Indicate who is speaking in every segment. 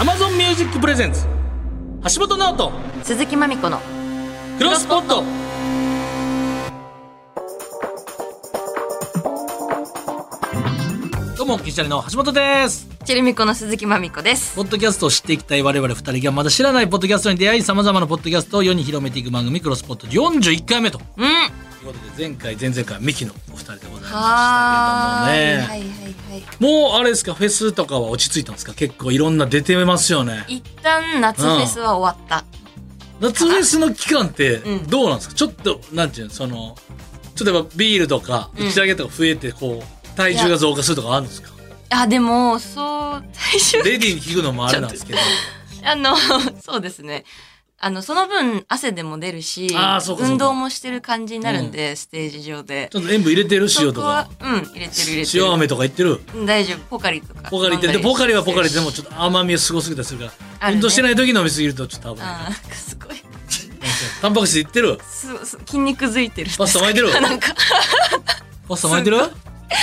Speaker 1: Amazon Music Presents 橋本直人
Speaker 2: 鈴木まみこの
Speaker 1: クロスポットどうも銀シャリの橋本です
Speaker 2: チェルミコの鈴木まみこです
Speaker 1: ポッドキャストを知っていきたい我々二人がまだ知らないポッドキャストに出会い様々なポッドキャストを世に広めていく番組クロスポット41回目と
Speaker 2: うんは
Speaker 1: ということで前回前々回ミキのお二人でございましたけどもね
Speaker 2: ーいはいはいはい
Speaker 1: もうあれですかフェスとかは落ち着いたんですか結構いろんな出てますよね
Speaker 2: 一旦夏フェスは終わった、
Speaker 1: 夏フェスの期間って
Speaker 2: うん
Speaker 1: どうなんですか、ちょっとなんていうのその例えばビールとか
Speaker 2: うん
Speaker 1: 打ち上げとか増えてこう体重が増加するとかあるんですか
Speaker 2: あでもそう最終
Speaker 1: レディーに聞くのもあれなんですけど
Speaker 2: あのそうですねあのその分汗でも出るし
Speaker 1: あーそうかそうか
Speaker 2: 運動もしてる感じになるんで、ステージ上で
Speaker 1: ちょっと塩分入れてる
Speaker 2: そ
Speaker 1: 塩と
Speaker 2: こ
Speaker 1: か
Speaker 2: はうん入れてる入れてる
Speaker 1: 塩飴とか言ってる
Speaker 2: うん大丈夫ポカリとか
Speaker 1: ポカリってで
Speaker 2: 飲んだ
Speaker 1: ポカリはポカリで
Speaker 2: してるし
Speaker 1: もちょっと甘みがすごすぎたりするか
Speaker 2: あ
Speaker 1: ら
Speaker 2: るね
Speaker 1: 運動してない時飲みすぎるとちょっと危ない
Speaker 2: あーすごい
Speaker 1: タンパク質いってる
Speaker 2: すす筋肉づいてる
Speaker 1: パスタ巻いてる
Speaker 2: なんか
Speaker 1: パスタ巻いてる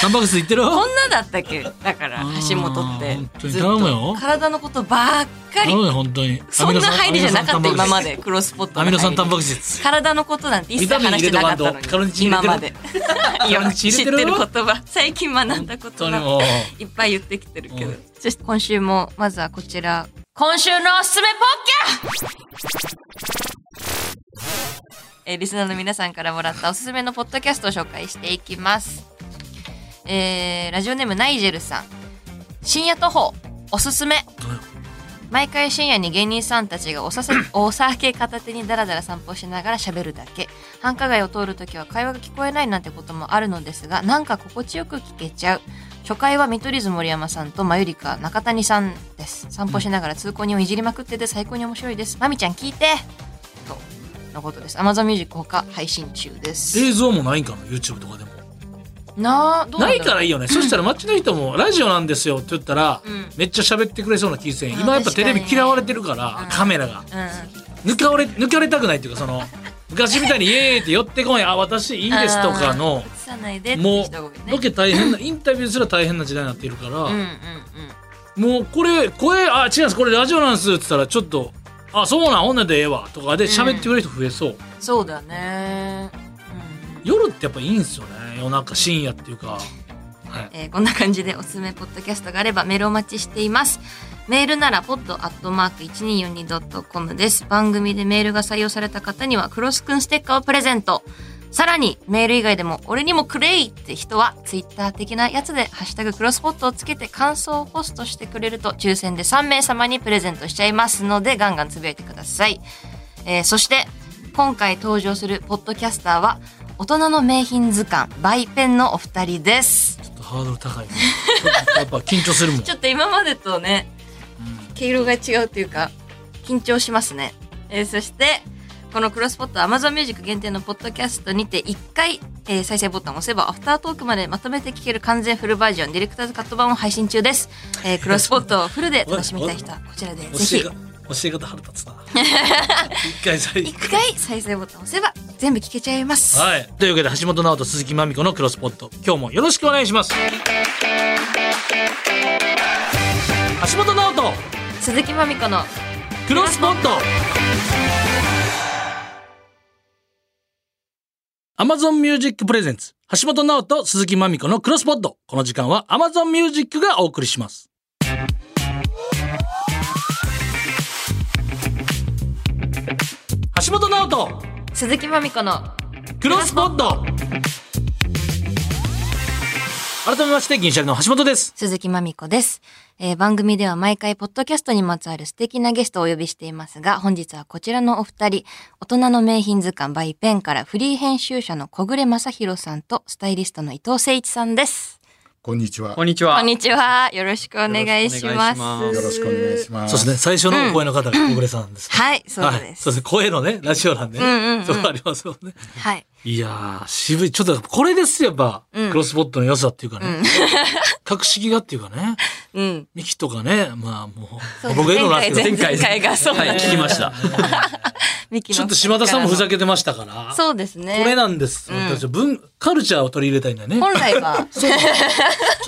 Speaker 1: タンパク質いってる
Speaker 2: こんなだったっけだから
Speaker 1: あー
Speaker 2: 橋本って
Speaker 1: 本当に
Speaker 2: ずっ
Speaker 1: 頼むよ
Speaker 2: と体のことばっかり
Speaker 1: 頼むよ本当に
Speaker 2: そんな入りじゃなか
Speaker 1: ア
Speaker 2: っ
Speaker 1: ミ
Speaker 2: た
Speaker 1: ノ
Speaker 2: 今
Speaker 1: 酸
Speaker 2: までクロスポット
Speaker 1: アミノ酸タンパ
Speaker 2: ク
Speaker 1: ク質
Speaker 2: 体のことなんて一切話してなかった
Speaker 1: ビ
Speaker 2: の
Speaker 1: タ ミン入れとかんとカロ
Speaker 2: に
Speaker 1: チン入れ
Speaker 2: 今
Speaker 1: てる
Speaker 2: までい
Speaker 1: カロ
Speaker 2: や
Speaker 1: チン
Speaker 2: 知っ
Speaker 1: 入
Speaker 2: て
Speaker 1: れてる
Speaker 2: る言葉最近学んだ言
Speaker 1: 本当に
Speaker 2: 葉
Speaker 1: もう
Speaker 2: いっぱい言ってきてるけ
Speaker 1: う
Speaker 2: ど
Speaker 1: ん
Speaker 2: そして今週もまずはこちら今週のおすすめポッキャえーリスナーの皆さんからもらったおすすめのポッドキャストを紹介していきます、えーラジオネームナイジェルさん深夜徒歩おすすめ毎回深夜に芸人さんたちがお させお酒片手にダラダラ散歩しながら喋るだけ繁華街を通るときは会話が聞こえないなんてこともあるのですがなんか心地よく聞けちゃう初回は見取り図森山さんとマユリカ中谷さんです散歩しながら通行人をいじりまくってて最高に面白いですまみちゃん聞いてとのことです Amazon Music ほか配信中です
Speaker 1: 映像もないんかな YouTube とかでも
Speaker 2: なあどう
Speaker 1: ないから
Speaker 2: ら
Speaker 1: いいよねそしたら街の人も「ラジオなんですよ」って言ったら
Speaker 2: うん
Speaker 1: めっちゃ喋ってくれそうな気せん
Speaker 2: あ
Speaker 1: 今やっぱテレビ
Speaker 2: 確かに
Speaker 1: 嫌われてるから
Speaker 2: うん
Speaker 1: カメラが
Speaker 2: うん
Speaker 1: 抜かれ抜かれたくないっていうかその昔みたいに「イエーイ!」って寄ってこい「あ私いいです」とかの
Speaker 2: 映さないでって
Speaker 1: も
Speaker 2: 人が多いね
Speaker 1: うロケ大変なインタビューすら大変な時代になっているか
Speaker 2: うんうんう
Speaker 1: ら
Speaker 2: ん
Speaker 1: もうこれ声あ違うんですこれラジオなんですって言ったらちょっと「あそうなん女でええわ」とかで喋ってくれる人増えそう
Speaker 2: そうだねうん
Speaker 1: 夜ってやっぱいいんすよね夜中深夜っていうかはい
Speaker 2: えーこんな感じでおすすめポッドキャストがあればメールお待ちしています。メールなら pod.1242.com です。番組でメールが採用された方にはクロスくんステッカーをプレゼント。さらにメール以外でも俺にもくれいって人はツイッター的なやつでハッシュタグクロスポットをつけて感想をポストしてくれると抽選で3名様にプレゼントしちゃいますのでガンガンつぶやいてください。えーそして今回登場するポッドキャスターは大人の名品図鑑バイペンのお二人です。
Speaker 1: ちょっとハードル 高いねちょっとやっぱ緊張するもん
Speaker 2: ちょっと今までとね、毛色が違うというか、緊張しますね。えーそして、このクロスポット Amazon Music 限定のポッドキャストにて1回、えー再生ボタンを押せばアフタートークまでまとめて聴ける完全フルバージョンディレクターズカット版を配信中です。えークロスポットをフルで楽しみたい 人はこちらで
Speaker 1: 教
Speaker 2: ぜ
Speaker 1: え
Speaker 2: ひ
Speaker 1: が。教え方腹立つな一回最
Speaker 2: 1回再生ボタンを押せば全部聴けちゃいます。
Speaker 1: はいというわけで橋本直人鈴木まみ子のクロスポット今日もよろしくお願いします橋本直人
Speaker 2: 鈴木まみこの
Speaker 1: クロスポット Amazon Music Presents 橋本直人鈴木まみ子のクロスポットこの時間は Amazon Music がお送りします橋本直人
Speaker 2: 鈴木まみこの
Speaker 1: クロスポット改めまして銀シャリの橋本です
Speaker 2: 鈴木まみこです、えー番組では毎回ポッドキャストにまつわる素敵なゲストをお呼びしていますが本日はこちらのお二人大人の名品図鑑バイペンからフリー編集者の小暮正弘さんとスタイリストの伊藤誠一さんです
Speaker 3: こんにちは。
Speaker 4: こん
Speaker 3: よ
Speaker 4: にちは。
Speaker 2: こんにちはよろしくお願いします
Speaker 4: よ
Speaker 3: ろしくお願いします。
Speaker 1: そうですね最初のお声の方が小暮さんですね、
Speaker 2: はいそう
Speaker 1: はい、
Speaker 2: です、
Speaker 1: そうですね声のねラジオなんで、ね
Speaker 2: うんうんうん
Speaker 1: そうありますよね
Speaker 2: はい
Speaker 1: いやー渋いちょっとこれですよやっぱ、
Speaker 2: うん
Speaker 1: クロスポットの良さっていうかね、
Speaker 2: うん
Speaker 1: 格式がっていうかね
Speaker 2: うん。
Speaker 1: ミキとかね、まあも、
Speaker 2: そうう
Speaker 1: 僕が言うのもなんですけど、
Speaker 2: 前回前回がそう
Speaker 3: はい、聞き ました。
Speaker 2: ミキの
Speaker 1: ちょっと島田さんもふざけてましたから、
Speaker 2: そうですね。
Speaker 1: これなんです。
Speaker 2: うん
Speaker 1: 私は文カルチャーを取り入れたいんだよね。
Speaker 2: 本来は、
Speaker 1: ちょっ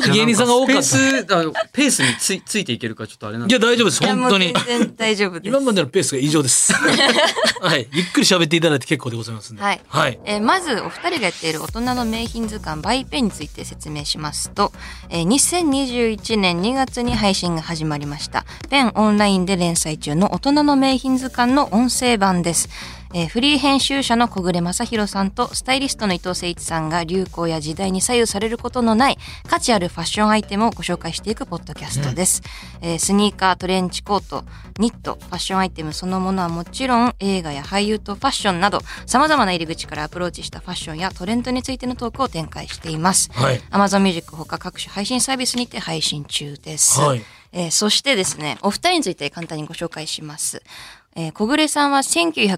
Speaker 1: と芸人さんが多かった。い
Speaker 3: ペース、あペースについついていけるかちょっとあれなんで
Speaker 1: や、大丈夫です。
Speaker 2: いやも
Speaker 1: 本
Speaker 2: う
Speaker 1: 当に。
Speaker 2: 全然大丈夫です
Speaker 1: 今。までのペースが異常です。 はい。ゆっくり喋っていただいて結構でございますんで。
Speaker 2: はい
Speaker 1: はい。
Speaker 2: えーまずお二人がやっている大人の名品図鑑バイペンについて説明しますと、えー2021年2月に配信が始まりましたペンオンラインで連載中の大人の名品図鑑の音声版です、えーフリー編集者の小暮正弘さんとスタイリストの伊藤誠一さんが流行や時代に左右されることのない価値あるファッションアイテムをご紹介していくポッドキャストです、えースニーカートレンチコートニットファッションアイテムそのものはもちろん映画や俳優とファッションなど様々な入り口からアプローチしたファッションやトレンドについてのトークを展開しています、
Speaker 1: はい。
Speaker 2: Amazon Music ほか各種配信サービスにて配信中です、
Speaker 1: はい
Speaker 2: えーそしてですねお二人について簡単にご紹介します、えー小暮さんは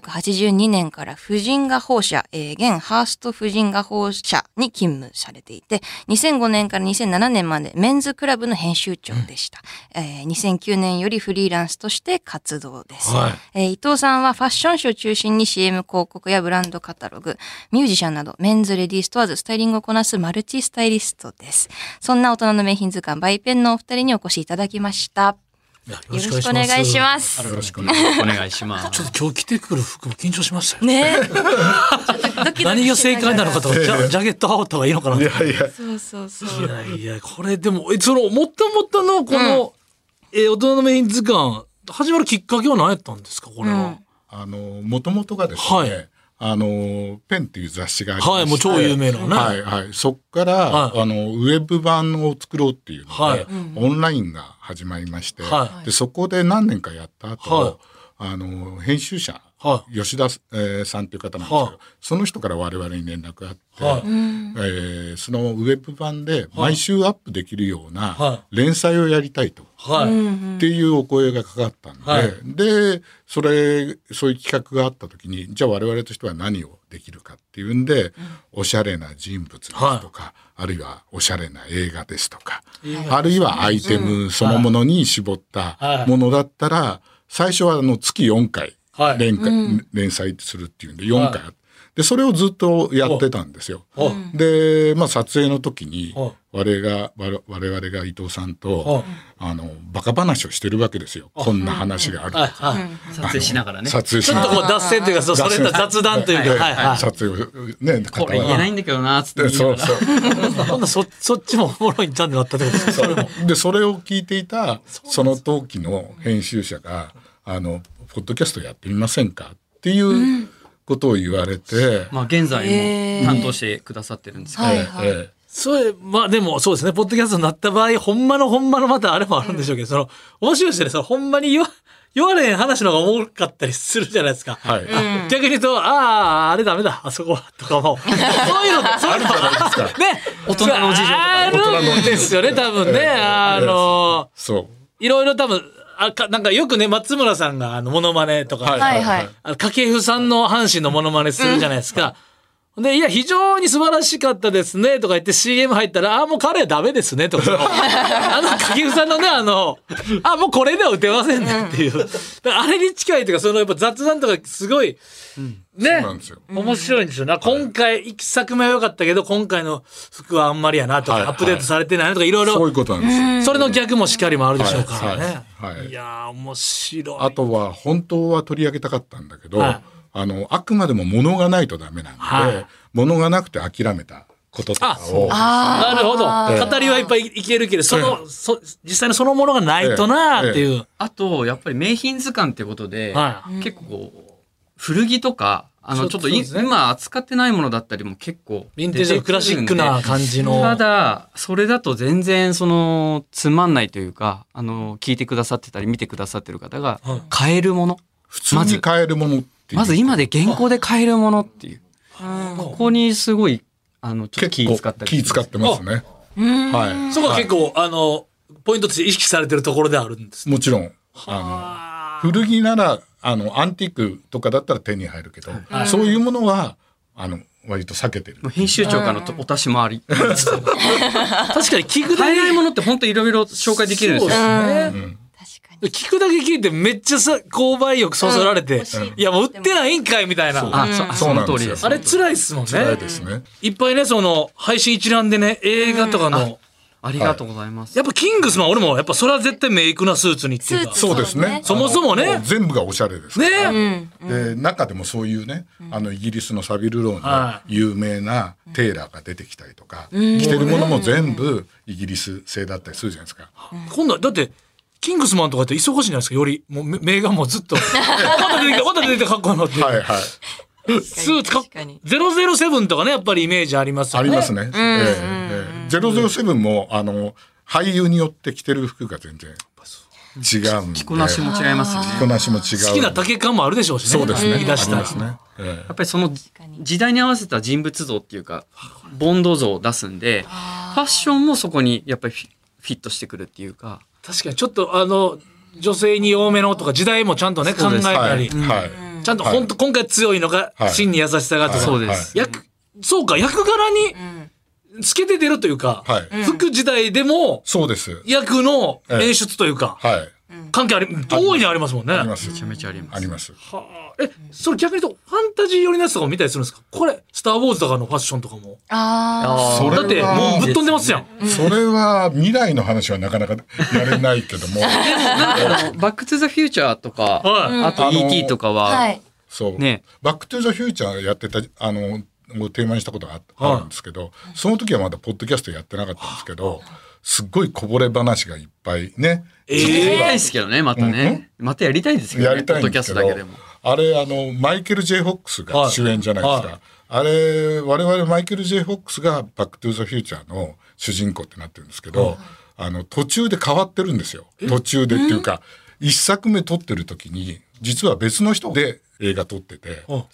Speaker 2: 1982年から婦人画報社、えー現ハースト婦人画報社に勤務されていて2005年から2007年までメンズクラブの編集長でした、えー2009年よりフリーランスとして活動です、
Speaker 1: はい
Speaker 2: えー伊藤さんはファッション誌を中心に CM 広告やブランドカタログ、ミュージシャンなど、メンズ、レディース問わずスタイリングをこなすマルチスタイリストです。そんな大人の名品図鑑、バイペンのお二人にお越しいただきました。
Speaker 1: いやよ
Speaker 2: よろしくお願いし
Speaker 1: す。
Speaker 2: ます。
Speaker 3: よろしくお願いしま
Speaker 1: ちょ
Speaker 3: す。
Speaker 1: っと今日着てくる服も緊張しましたよ。
Speaker 2: ねえ。ちょっとドキドキしながら
Speaker 1: 何が正解なのかと、ジャジャケット羽織った方がいいのかなと
Speaker 4: い。やいや、
Speaker 2: そうそうそう。
Speaker 1: いやいや、これでも、え、その、もったもったの、この、えー大人のメイン図鑑、始まるきっかけは何やったんですか、これは。
Speaker 4: あの、もともとがですね、
Speaker 1: はい
Speaker 4: あの、ペンっていう雑誌がありまして
Speaker 1: はい、もう超有名なね。
Speaker 4: はいはい。そっから、
Speaker 1: はい
Speaker 4: あの、ウェブ版を作ろうっていうので、
Speaker 1: はい
Speaker 4: オンラインが始まりまして、
Speaker 1: はい
Speaker 4: でそこで何年かやった後、
Speaker 1: はい
Speaker 4: あの、編集者、
Speaker 1: は
Speaker 4: 吉田、えーさんっていう方なんですけど、
Speaker 1: はい
Speaker 4: その人から我々に連絡があって、
Speaker 1: はい
Speaker 4: えーそのウェブ版で毎週アップできるよう
Speaker 1: は
Speaker 4: な連載をやりたいと。
Speaker 1: はい。
Speaker 4: っていうお声がかかったんで、
Speaker 1: はい
Speaker 4: でそれそういう企画があった時にじゃあ我々としては何をできるかっていうんで、おしゃれな人物ですとか、あるいはおしゃれな映画ですとか、あるいはアイテムそのものに絞ったものだったら、最初はあの月4回
Speaker 1: はい
Speaker 4: 連,、連載するっていうんで4回、でそれをずっとやってたんですよ。
Speaker 1: はい
Speaker 4: で、まあ、撮影の時に
Speaker 1: はい
Speaker 4: 我々が我我々が伊藤さん
Speaker 1: はい
Speaker 4: とあのバカ話をしてるわけですよこんな話があると
Speaker 1: はい。
Speaker 4: か
Speaker 1: はい。
Speaker 3: 撮影しながらね。
Speaker 4: 撮影し
Speaker 1: ちょっ
Speaker 4: な
Speaker 1: と
Speaker 4: が
Speaker 1: こう、
Speaker 4: ら
Speaker 1: 脱線というか、そうそれと雑談というか、はいはい。
Speaker 4: 撮影をね
Speaker 3: これ言えないんだけどな、つって言いなが
Speaker 4: そ
Speaker 3: ら。
Speaker 4: うそう
Speaker 1: ほんなそそっちもおもろいんちゃうんってなったってことですかそれも。
Speaker 4: でそれを聞いていたその時の編集者が「あのポッドキャストやってみませんか?」っていうことを言われて、
Speaker 3: まあ現在も担当してくださってるんですけど、
Speaker 2: はいはい
Speaker 4: ええ
Speaker 1: それ、まあでもそうですね、ポッドキャストになった場合、ほんまのほんまのまたあれもあるんでしょうけど、その、面白いですよね、その、ほんまに言わ、 言われへん話の方がおもろかったりするじゃないですか。
Speaker 4: はい
Speaker 1: 逆に言うと、ああ、あれダメだ、あそこは、とか も。そういうの、そういうの、ね、
Speaker 3: 大人の事情とか
Speaker 1: あるんですよね、多分ね。あの、
Speaker 4: そう
Speaker 1: いろいろ多分、あかなんかよくね、松村さんが、あの、モノマネとか、
Speaker 4: はい
Speaker 2: はいはい。
Speaker 1: あの掛布さんの阪神のモノマネするじゃないですか。で、いや、非常に素晴らしかったですね、とか言って CM 入ったら、あ、もう彼ダメですね、 とか。あの、掛布さんのね、あの、あ、もうこれでは打てませんね、っていう。だからあれに近いというか、そのやっぱ雑談とかすごい、ね
Speaker 4: なんですよ。
Speaker 1: 面白いんですよな。今回、一作目は良かったけど、今回の服はあんまりやなと
Speaker 4: はい
Speaker 1: か、
Speaker 4: は
Speaker 1: ア
Speaker 4: い
Speaker 1: ップデートされてないなとか、いろい
Speaker 4: そうい
Speaker 1: ろ、
Speaker 4: うことなんです
Speaker 1: そ
Speaker 4: よ。
Speaker 1: れの逆もしっかりもあるでしょうから
Speaker 4: はい
Speaker 1: ね。
Speaker 4: はいはい
Speaker 1: いやー、面白い。
Speaker 4: あとは本当は取り上げたかったんだけど、
Speaker 1: はい
Speaker 4: あのあくまでも物がないとダメなんで、
Speaker 1: はい
Speaker 4: 物がなくて諦めたこととかを
Speaker 1: なるほど。語りはいっぱいいけるけど、その、そ実際のそのものがないとなーっていう。
Speaker 3: あと、やっぱり名品図鑑ってことで、
Speaker 1: は
Speaker 3: 結構こう、古着とか、あ
Speaker 1: そ
Speaker 3: の、
Speaker 1: う
Speaker 3: ちょっと
Speaker 1: そう
Speaker 3: い
Speaker 1: ですね
Speaker 3: 今扱ってないものだったりも結構
Speaker 1: ヴィンテージのクラシックな感じの。
Speaker 3: ただ、それだと全然、その、つまんないというか、あの、聞いてくださってたり、見てくださってる方が
Speaker 1: はい、
Speaker 3: 買えるもの。
Speaker 4: 普通に買えるものっていう
Speaker 3: まず今で現行で買えるものっていう。ここにすごい、あの、ちょっと
Speaker 4: 結
Speaker 3: 気
Speaker 4: 構
Speaker 3: 使ったり。
Speaker 4: 気使ってますね。はい、
Speaker 1: そこは結構、あの、ポイントとして意識されてるところであるんですね。
Speaker 4: もちろんあの古着ならあのアンティークとかだったら手に入るけど、そういうものはあの割と避けてる
Speaker 3: もう編集長からのとお達しもあり。
Speaker 1: 確かに聞くだ
Speaker 3: 買え
Speaker 1: け
Speaker 3: ないものって本当いろいろ紹介できるんですよ。
Speaker 1: そうですね
Speaker 2: 確かに。
Speaker 1: 聞くだけ聞いてめっちゃさ購買欲そそられ
Speaker 2: うん
Speaker 1: て、
Speaker 2: 欲しい
Speaker 1: いやもう売ってないんかいみたいな
Speaker 3: あ、そ
Speaker 4: そ
Speaker 3: あ
Speaker 4: うな
Speaker 3: その
Speaker 4: ん
Speaker 3: 通り
Speaker 4: で
Speaker 3: ですす。
Speaker 4: よ
Speaker 1: あれ辛いっすもん
Speaker 4: 辛
Speaker 1: ね
Speaker 4: いですね。
Speaker 1: いっぱいねその配信一覧でね映画とかの、
Speaker 3: ありがとうございます。
Speaker 1: やっぱキングスマン俺もやっぱそれは絶対メイクなスーツにって
Speaker 2: ス
Speaker 1: いう
Speaker 2: ー
Speaker 1: か
Speaker 2: ツ
Speaker 4: そうですね。
Speaker 1: そもそもね
Speaker 4: あの全部がおしゃれです。
Speaker 1: ね。
Speaker 2: うん。
Speaker 4: で中でもそういうね、あのイギリスのサビルローンの
Speaker 1: は
Speaker 4: 有名なテーラーが出てきたりとか、着てるものも全部イギリス製だったりするじゃないですか。
Speaker 1: 今度はだってキングスマンとかって忙しいじゃないですかよりもうめ名画もずっと まだ出てきたまだ出てきたかっこいいのって、
Speaker 4: はいはい。
Speaker 1: スーツかっ
Speaker 2: 確かに
Speaker 1: ゼロゼロセブンとかねやっぱりイメージありますよ
Speaker 4: あ
Speaker 1: ね
Speaker 4: りますね。ええゼロゼロセブンもあの俳優によって着てる服が全然違うんで。
Speaker 3: 着こなしも違いますよね。
Speaker 4: 着こなしも違う。
Speaker 1: 好きな丈感もあるでしょうしね
Speaker 4: そうですね。
Speaker 1: 言い出したら
Speaker 4: ありますね。え
Speaker 3: やっぱりその
Speaker 2: に
Speaker 3: 時代に合わせた人物像っていうかボンド像を出すんでファッションもそこにやっぱりフィフィットしてくるっていうか
Speaker 1: 確かにちょっとあの女性に多めのとか時代もちゃんとね考
Speaker 3: そう
Speaker 1: え
Speaker 3: です
Speaker 4: え
Speaker 1: た
Speaker 4: は
Speaker 1: り
Speaker 4: い、はい。
Speaker 1: ちゃんと本当今回強いのか、
Speaker 4: はい
Speaker 1: 真に優しさがとか、
Speaker 4: はい
Speaker 3: そうです、
Speaker 1: 役そうか役柄に
Speaker 2: うん。
Speaker 1: つけて出るというか、
Speaker 4: はい
Speaker 1: 服時代でも
Speaker 4: そうです。
Speaker 1: 役の演出というか、
Speaker 4: はい。
Speaker 1: 関係あり大いにありますもんね
Speaker 4: あります。
Speaker 3: めちゃめちゃありま
Speaker 4: あ
Speaker 3: す
Speaker 4: ります。
Speaker 1: はあえそれ逆に言うとファンタジー寄りのやつとかも見たりするんですかこれ「スター・ウォーズ」とかのファッションとかも
Speaker 2: あ
Speaker 3: あー
Speaker 4: それ
Speaker 1: だってもうぶっ飛んでますやん
Speaker 4: それは未来の話はなかなかやれない けども、
Speaker 3: あのバック・トゥ・ザ・フューチャーとか、
Speaker 1: はい
Speaker 3: あと
Speaker 4: あのー
Speaker 3: ET とか
Speaker 2: あ。
Speaker 3: は、
Speaker 2: はい。
Speaker 4: そう、
Speaker 3: ね
Speaker 4: バックトゥーザフューチャーやってたあのをテーマにしたことがあ
Speaker 1: はい
Speaker 4: あるんですけど、その時はまだポッドキャストやってなかったんですけど、すっごいこぼれ話がいっぱいね、
Speaker 3: やりたい
Speaker 1: ええ
Speaker 3: ですけどねまたね、またやりたいですけどね
Speaker 4: やりたいん
Speaker 3: ポッドキ
Speaker 4: で
Speaker 3: ャ
Speaker 4: す
Speaker 3: ス
Speaker 4: け
Speaker 3: ト
Speaker 4: ど
Speaker 3: だけでも。
Speaker 4: あれあのマイケル・ J ・フォックス
Speaker 1: は
Speaker 4: が
Speaker 1: い
Speaker 4: 主演じゃないですか、
Speaker 1: はい
Speaker 4: あれ我々マイケル・ J ・フォックスが「バック・トゥ・ザ・フューチャー」の主人公ってなってるんですけど、あの途中で変わってるんですよ途中でっていうか一作目撮ってる時に実は別の人で映画撮ってて、
Speaker 1: あ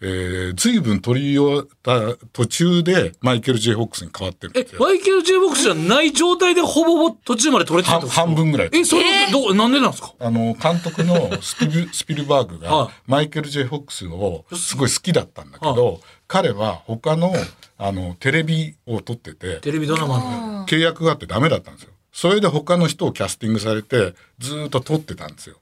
Speaker 4: えー、随分撮り終わった途中でマイケル・ J ・フォックスに変わってるん
Speaker 1: え
Speaker 4: ですよ。
Speaker 1: マイケル・ J ・ボックスじゃない状態でほぼほぼ途中まで取れてた
Speaker 4: は
Speaker 1: ってことですか
Speaker 4: 半分ぐらい。
Speaker 1: えそれどうなんでなんですか
Speaker 4: あの監督のスピ ルスピルバーグ
Speaker 1: は
Speaker 4: が
Speaker 1: い
Speaker 4: マイケル・ J ・フォックスをすごい好きだったんだけど彼は他のあのテレビを撮ってて
Speaker 1: テレビドラマの
Speaker 4: 契約があってダメだったんですよそれで他の人をキャスティングされてずーっと撮ってたんですよ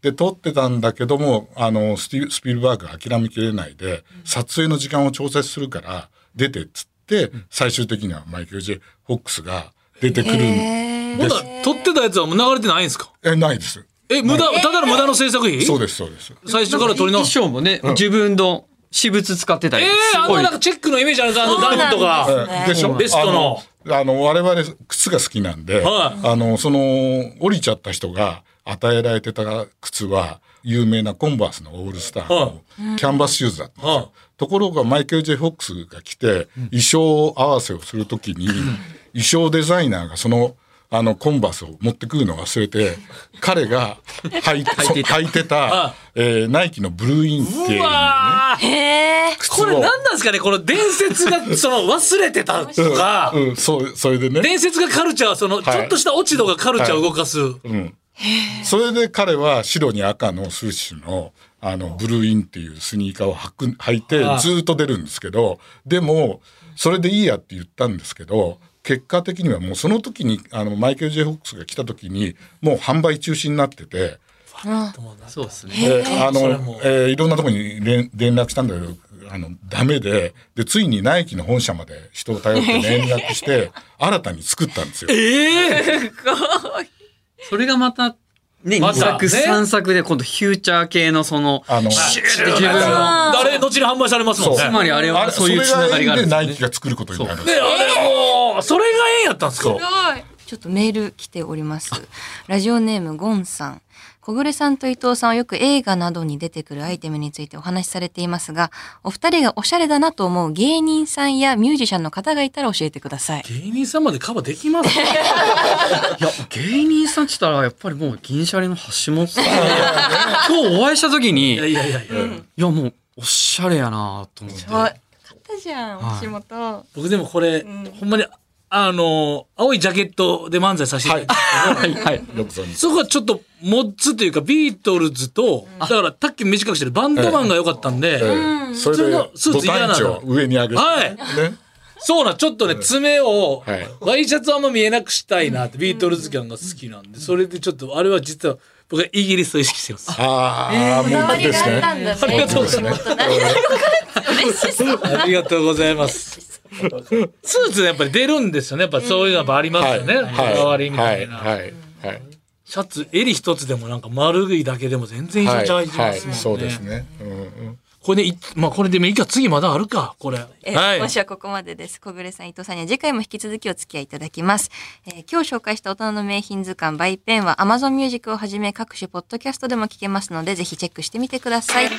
Speaker 4: で撮ってたんだけどもあのスティスピルバーグが諦めきれないで撮影の時間を調節するから出てっつって最終的にはマイケル・ J ・フォックスが出てくるん
Speaker 2: へ
Speaker 1: ほ
Speaker 4: で
Speaker 1: ん
Speaker 4: す
Speaker 1: なら撮ってたやつはもう流れてないんですか
Speaker 4: えないです
Speaker 1: え無駄ただの無駄の制作費
Speaker 4: そうですそうです
Speaker 1: 最初から撮り直
Speaker 3: 衣
Speaker 1: し
Speaker 3: 装もね、自分の私物使ってたり、
Speaker 1: ええ
Speaker 3: す
Speaker 1: あの
Speaker 3: ごい
Speaker 1: なんかチェックのイメージあるんですあのダウンとか
Speaker 2: そうなん
Speaker 4: えでしょ
Speaker 1: ベストの
Speaker 4: あのあの我々靴が好きなんで、
Speaker 1: は
Speaker 4: あのその降りちゃった人が与えられてた靴は有名なコンバースのオールスター
Speaker 1: は
Speaker 4: のキャンバスシューズだったんですよ、
Speaker 1: はい
Speaker 4: ところがマイケル・ジェフォックスが来て衣装合わせをするときに衣装デザイナーがそのあのコンバースを持ってくるのを忘れて彼が履い て
Speaker 3: 履いてた
Speaker 4: そう履いてた
Speaker 1: は、
Speaker 4: えーナイキのブルーインっていう
Speaker 1: う
Speaker 4: ね
Speaker 1: わー
Speaker 2: へえ。
Speaker 4: 靴
Speaker 1: こ
Speaker 4: を
Speaker 1: れ何なんですかねこの伝説がその忘れてたとか
Speaker 4: うんうん、そうそれでね
Speaker 1: 伝説がカルチャーそのち
Speaker 4: はい
Speaker 1: ょっとした落ち度がカルチャーを動かす
Speaker 4: うん、それで彼は白に赤のスーシュのあのブルーインっていうスニーカーを履く履いて
Speaker 1: はい
Speaker 4: ずーっと出るんですけどでもそれでいいやって言ったんですけど結果的にはもうその時にあのマイケル・ジェフォックスが来た時にもう販売中止になってて。
Speaker 3: そうですね。
Speaker 4: であの
Speaker 1: それも
Speaker 4: えーいろんなところに連連絡したんだけどあのダメででついにナイキの本社まで人を頼って連絡して 新たに作ったんですよ。
Speaker 1: ええ
Speaker 3: それがまた、ね、
Speaker 1: ま
Speaker 3: 2
Speaker 1: た
Speaker 3: 作、
Speaker 1: ね
Speaker 3: 3作で今度フューチャー系のその、
Speaker 4: あの
Speaker 3: シューって自分の、
Speaker 1: 誰後に販売されますもん
Speaker 4: そう
Speaker 3: つま
Speaker 1: ね
Speaker 3: りあれはそういうつながりがあるん
Speaker 4: それが縁でナイ
Speaker 3: ですね
Speaker 4: キ。が作ることになるんです
Speaker 1: であれもうそれが縁やったんですか
Speaker 2: ちょっとメール来ております。ラジオネームゴンさん。小暮さんと伊藤さんはよく映画などに出てくるアイテムについてお話しされていますが、お二人がおしゃれだなと思う芸人さんやミュージシャンの方がいたら教えてください。
Speaker 1: 芸人さんまでカバーできます
Speaker 3: いや、芸人さんって言ったら、やっぱりもう銀シャリの橋本さん。今日お会いした時に、
Speaker 1: い
Speaker 3: い
Speaker 1: やいやいやいや
Speaker 3: やもう、おしゃれやなと思って。
Speaker 2: 買ったじゃん、
Speaker 3: はい
Speaker 2: 橋本。
Speaker 1: 僕でもこれ、ほんまにあの、青いジャケットで漫才させていただいたんですけど、はいはい
Speaker 4: よく存じ
Speaker 1: そこはちょっと、モッツというか、ビートルズと、だから、タッキー短くしてるバンドマンが良かったんで、
Speaker 4: ええそれで
Speaker 1: 普通のスー
Speaker 4: ボ
Speaker 1: ツ嫌なの
Speaker 4: タンチを上に上げて、
Speaker 1: はい
Speaker 4: ね、
Speaker 1: そうなん、ちょっとね、爪を
Speaker 4: はい、
Speaker 1: ワイシャツはあんま見えなくしたいなって、ビートルズ感が好きなんで、それでちょっと、あれは実は、僕はイギリスを意識してます。
Speaker 4: ああ、
Speaker 2: こだ
Speaker 4: も
Speaker 2: わ
Speaker 4: う
Speaker 2: り
Speaker 4: で
Speaker 2: が
Speaker 4: す
Speaker 2: あっ
Speaker 4: ね
Speaker 2: たんだね。
Speaker 1: ありがとうございます
Speaker 2: ちょっとなんかよかった嬉しそう。
Speaker 1: ありがとうございます。スーツでやっぱり出るんですよね。やっぱそういうのやっぱありますよね。こだわりみたいな。
Speaker 4: はいはいはい
Speaker 1: シャツ、襟一つでもなんか丸いだけでも全然印
Speaker 4: は
Speaker 1: 象
Speaker 4: い
Speaker 1: ちゃいますもんね。
Speaker 4: そうですね、うんうん、
Speaker 1: これでい、まあこれでもいいか、次まだあるか、これ。
Speaker 2: え
Speaker 1: はい。
Speaker 2: 今週はここまでです。小暮さん、伊藤さんには次回も引き続きお付き合いいただきます。えー今日紹介した大人の名品図鑑バイペンは Amazon Music をはじめ各種ポッドキャストでも聞けますので、ぜひチェックしてみてください。
Speaker 1: 橋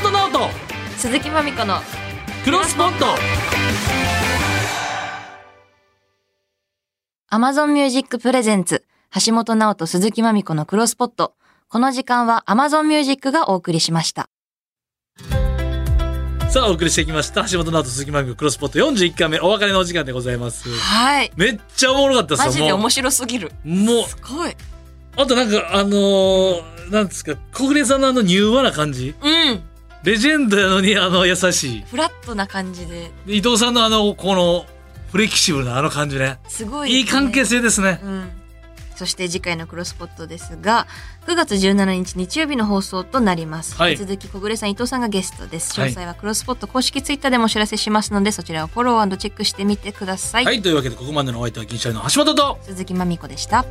Speaker 1: 本直人、
Speaker 2: 鈴木まみこの
Speaker 1: クロスポット。
Speaker 2: Amazon Music プレゼンツ、橋本直人鈴木まみこのクロスポット。この時間は Amazon Music がお送りしました。
Speaker 1: さあ、お送りしてきました。橋本直人鈴木まみこクロスポット41回目、お別れのお時間でございます。
Speaker 2: はい。
Speaker 1: めっちゃおもろかったですよ
Speaker 2: マジで
Speaker 1: もう
Speaker 2: 面白すぎる。
Speaker 1: もう、
Speaker 2: すごい。
Speaker 1: あとなんか、あのー、なんですか、小暮さんのあの柔和な感じ。
Speaker 2: うん。
Speaker 1: レジェンドやのに、あの、優しい。
Speaker 2: フラットな感じで、
Speaker 1: で伊藤さんのあの、この、フレキシブルなあの感じね。
Speaker 2: すごいですね、
Speaker 1: いい関係性ですね。
Speaker 2: うん。そして次回のクロスポットですが、9月17日日曜日の放送となります。
Speaker 1: はい
Speaker 2: 引き続き小暮さん、伊藤さんがゲストです。詳
Speaker 1: はい
Speaker 2: 細はクロスポット公式ツイッターでもお知らせしますので、そちらをフォローチェックしてみてください。
Speaker 1: はい、というわけでここまでのお相手は銀シャリの橋本と
Speaker 2: 鈴木まみこでした。